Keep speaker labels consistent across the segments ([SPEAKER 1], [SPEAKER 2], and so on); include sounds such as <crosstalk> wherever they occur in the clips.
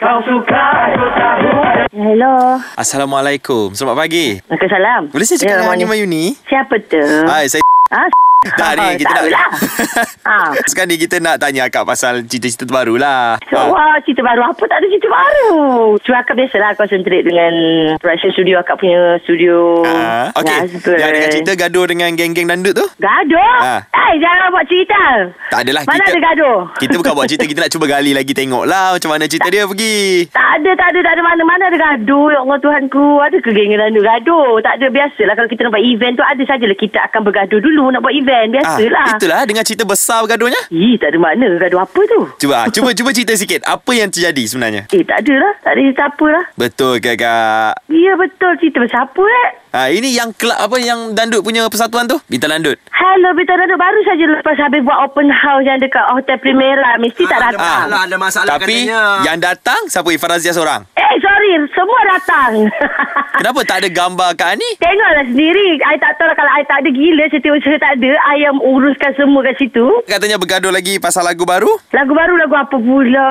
[SPEAKER 1] Kau suka aku tahu
[SPEAKER 2] Hello.
[SPEAKER 3] Assalamualaikum. Selamat pagi.
[SPEAKER 2] Waalaikumsalam. Ya,
[SPEAKER 3] Boleh saya cakap dengan Nima Yuni?
[SPEAKER 2] Siapa tu?
[SPEAKER 3] Hai, saya <laughs>
[SPEAKER 2] Ah,
[SPEAKER 3] dah
[SPEAKER 2] <laughs>
[SPEAKER 3] ni kita nak <laughs>
[SPEAKER 2] tahulah. <laughs> Ah.
[SPEAKER 3] Sekarang ni kita nak tanya akak pasal cerita-cerita terbaru lah.
[SPEAKER 2] So, wah, cerita baru apa tak ada cerita baru. Cuma akak biasalah concentrate dengan production studio, akak punya studio.
[SPEAKER 3] Ah, Okey.
[SPEAKER 2] ya,
[SPEAKER 3] Yang ada cerita gaduh dengan geng-geng dandut tu?
[SPEAKER 2] Gaduh?
[SPEAKER 3] Ah.
[SPEAKER 2] Hai, jangan buat cerita.
[SPEAKER 3] Tak adalah
[SPEAKER 2] Mana
[SPEAKER 3] kita.
[SPEAKER 2] ada gaduh?
[SPEAKER 3] Kita bukan buat cerita, kita nak cuba gali lagi tengok lah macam mana cerita dia pergi.
[SPEAKER 2] Tak ada, tak ada, tak ada mana-mana ada gaduh. Ya Allah Tuhanku, ada ke geng dan gaduh? Tak ada, biasalah kalau kita nak buat event tu ada sajalah kita akan bergaduh dulu nak buat event, biasalah.
[SPEAKER 3] Ah, itulah dengan cerita besar bergaduhnya.
[SPEAKER 2] Ih, tak ada makna gaduh apa tu?
[SPEAKER 3] Cuba, ah, cuba cuba cerita sikit. Apa yang terjadi sebenarnya?
[SPEAKER 2] Eh, tak ada lah. Tak ada cerita apa lah.
[SPEAKER 3] Betul ke kak?
[SPEAKER 2] Ya, betul. Cerita pasal apa eh?
[SPEAKER 3] Ha, ini yang kelab apa yang dandut punya persatuan tu? Bintang dandut.
[SPEAKER 2] Hello, Bita Datuk. Baru saja lepas habis buat open house yang dekat Hotel Primera. Mesti tak
[SPEAKER 4] Ah, ada
[SPEAKER 2] datang.
[SPEAKER 4] masalah, ada masalah
[SPEAKER 3] Tapi
[SPEAKER 4] katanya.
[SPEAKER 3] yang datang siapa Ifan Razia seorang?
[SPEAKER 2] Eh, sorry. Semua datang. Ah.
[SPEAKER 3] Kenapa tak ada gambar Kak Ani?
[SPEAKER 2] <laughs> Tengoklah sendiri. I tak tahu lah kalau I tak ada gila. Setiap usaha tak ada. I yang uruskan semua kat situ.
[SPEAKER 3] Katanya bergaduh lagi pasal lagu baru.
[SPEAKER 2] Lagu baru lagu apa pula?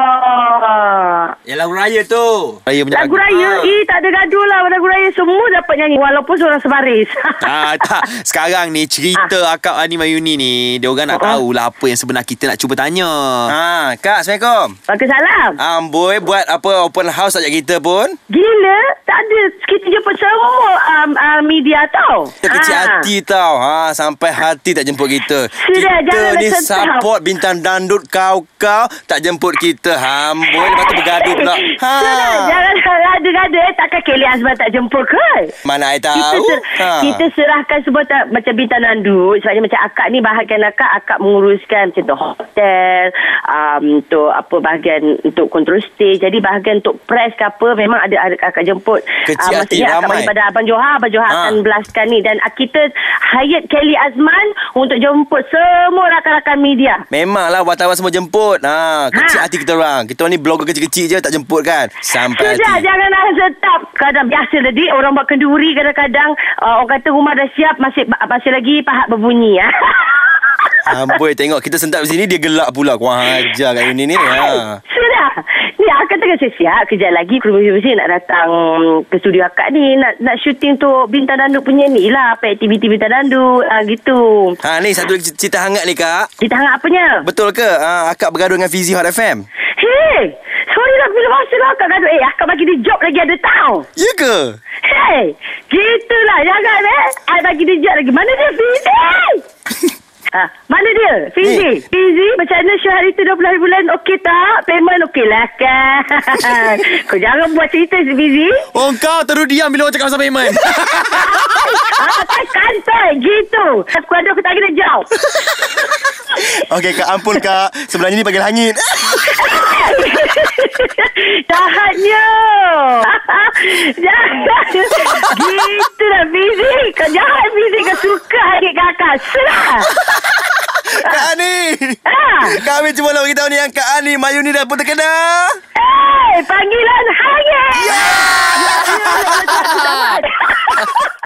[SPEAKER 4] Yang lagu raya tu.
[SPEAKER 3] Raya punya
[SPEAKER 2] Lagu
[SPEAKER 4] Ah,
[SPEAKER 2] raya? Eh, tak ada gaduh lah. Lagu raya semua dapat nyanyi. Walaupun seorang
[SPEAKER 4] <laughs>
[SPEAKER 2] sebaris.
[SPEAKER 3] Ah, <laughs> tak. Sekarang ni
[SPEAKER 2] Ah.
[SPEAKER 3] cerita akak Ani Mayuni ni, dia orang nak tahulah apa yang sebenar kita nak cuba tanya.
[SPEAKER 4] Ha, Kak, Assalamualaikum.
[SPEAKER 2] Pakai salam.
[SPEAKER 4] Ah. Amboi buat apa open house ajak kita pun.
[SPEAKER 2] Gila, tak ada. Kita jumpa semua um, uh, media tau.
[SPEAKER 4] Kita kecil
[SPEAKER 2] Ah.
[SPEAKER 4] hati tau. Ha, sampai hati tak jemput kita.
[SPEAKER 2] Sudah, jangan
[SPEAKER 4] kita ni
[SPEAKER 2] sentap.
[SPEAKER 4] support bintang dandut kau-kau tak jemput kita. Amboi lepas tu bergaduh pula. Ha.
[SPEAKER 2] Sudah, <laughs> jangan <laughs> ada-ada. Eh, takkan Kelly Azman tak jemput ke?
[SPEAKER 4] Mana saya
[SPEAKER 2] Kita,
[SPEAKER 4] tahu. Ha.
[SPEAKER 2] ser- kita serahkan semua tak, macam bintang nandu. Sebabnya macam akak ni bahagian akak, akak menguruskan macam tu hotel, um, tu apa bahagian untuk control stay. Jadi bahagian untuk press ke apa memang ada, ada akak jemput.
[SPEAKER 4] Kecil
[SPEAKER 2] Ah,
[SPEAKER 4] hati,
[SPEAKER 2] maksudnya akak
[SPEAKER 4] ramai.
[SPEAKER 2] daripada Abang Johar, Abang Johar
[SPEAKER 4] Ah.
[SPEAKER 2] akan belaskan ni. Dan ah, kita hayat Kelly Azman untuk jemput semua rakan-rakan media.
[SPEAKER 4] Memanglah wartawan semua jemput. Ha,
[SPEAKER 2] Ha.
[SPEAKER 4] kecil hati kita orang. Kita orang ni blogger kecil-kecil je tak jemput kan. Sampai
[SPEAKER 2] Sudah,
[SPEAKER 4] hati.
[SPEAKER 2] jangan nak tetap. Kadang biasa tadi orang buat kenduri kadang-kadang uh, orang kata rumah dah siap masih masih lagi pahat berbunyi ah. <laughs>
[SPEAKER 4] Amboi Ah, tengok kita sentap sini dia gelak pula. Kau ajar kat ini ni. Ha.
[SPEAKER 2] Sudah. Ni akak tengah siap-siap kejap lagi producer nak datang hmm, ke studio akak ni nak nak syuting tu bintang danduk punya ni lah apa aktiviti bintang danduk ah gitu.
[SPEAKER 4] Ha ni satu lagi cerita hangat ni Kak.
[SPEAKER 2] Kita hangat apanya?
[SPEAKER 4] Betul ke uh, akak bergaduh dengan Fizi Hot FM?
[SPEAKER 2] Hei, sorry lah bila masa lah akak gaduh. Eh, akak bagi dia job lagi ada tau.
[SPEAKER 4] Ya ke?
[SPEAKER 2] Hei, gitulah jangan eh. I bagi dia jat lagi. Mana dia Fizi? ha, mana dia? Fizi.
[SPEAKER 4] Ni.
[SPEAKER 2] Fizi macam mana show hari tu 12 bulan okey tak? Payment okey lah kan? <laughs> Kau jangan buat cerita si Fizi.
[SPEAKER 3] Oh, kau terus diam bila orang cakap pasal payment.
[SPEAKER 2] Ah, kan kantor gitu. Aku ada aku tak kena jauh.
[SPEAKER 4] <laughs> Okey Kak ampun Kak. Sebenarnya ni panggil hangit.
[SPEAKER 2] Jahatnya. <laughs> Jahat. Gitulah Fizi. Kau jahat Fizi. Kau suka adik kakak. Serah.
[SPEAKER 4] <laughs> Kak Ani.
[SPEAKER 2] Ah.
[SPEAKER 4] Kami cuma nak beritahu ni yang Kak Ani Mayu ni dah pun terkena.
[SPEAKER 2] Eh, panggilan hangat. Yeah!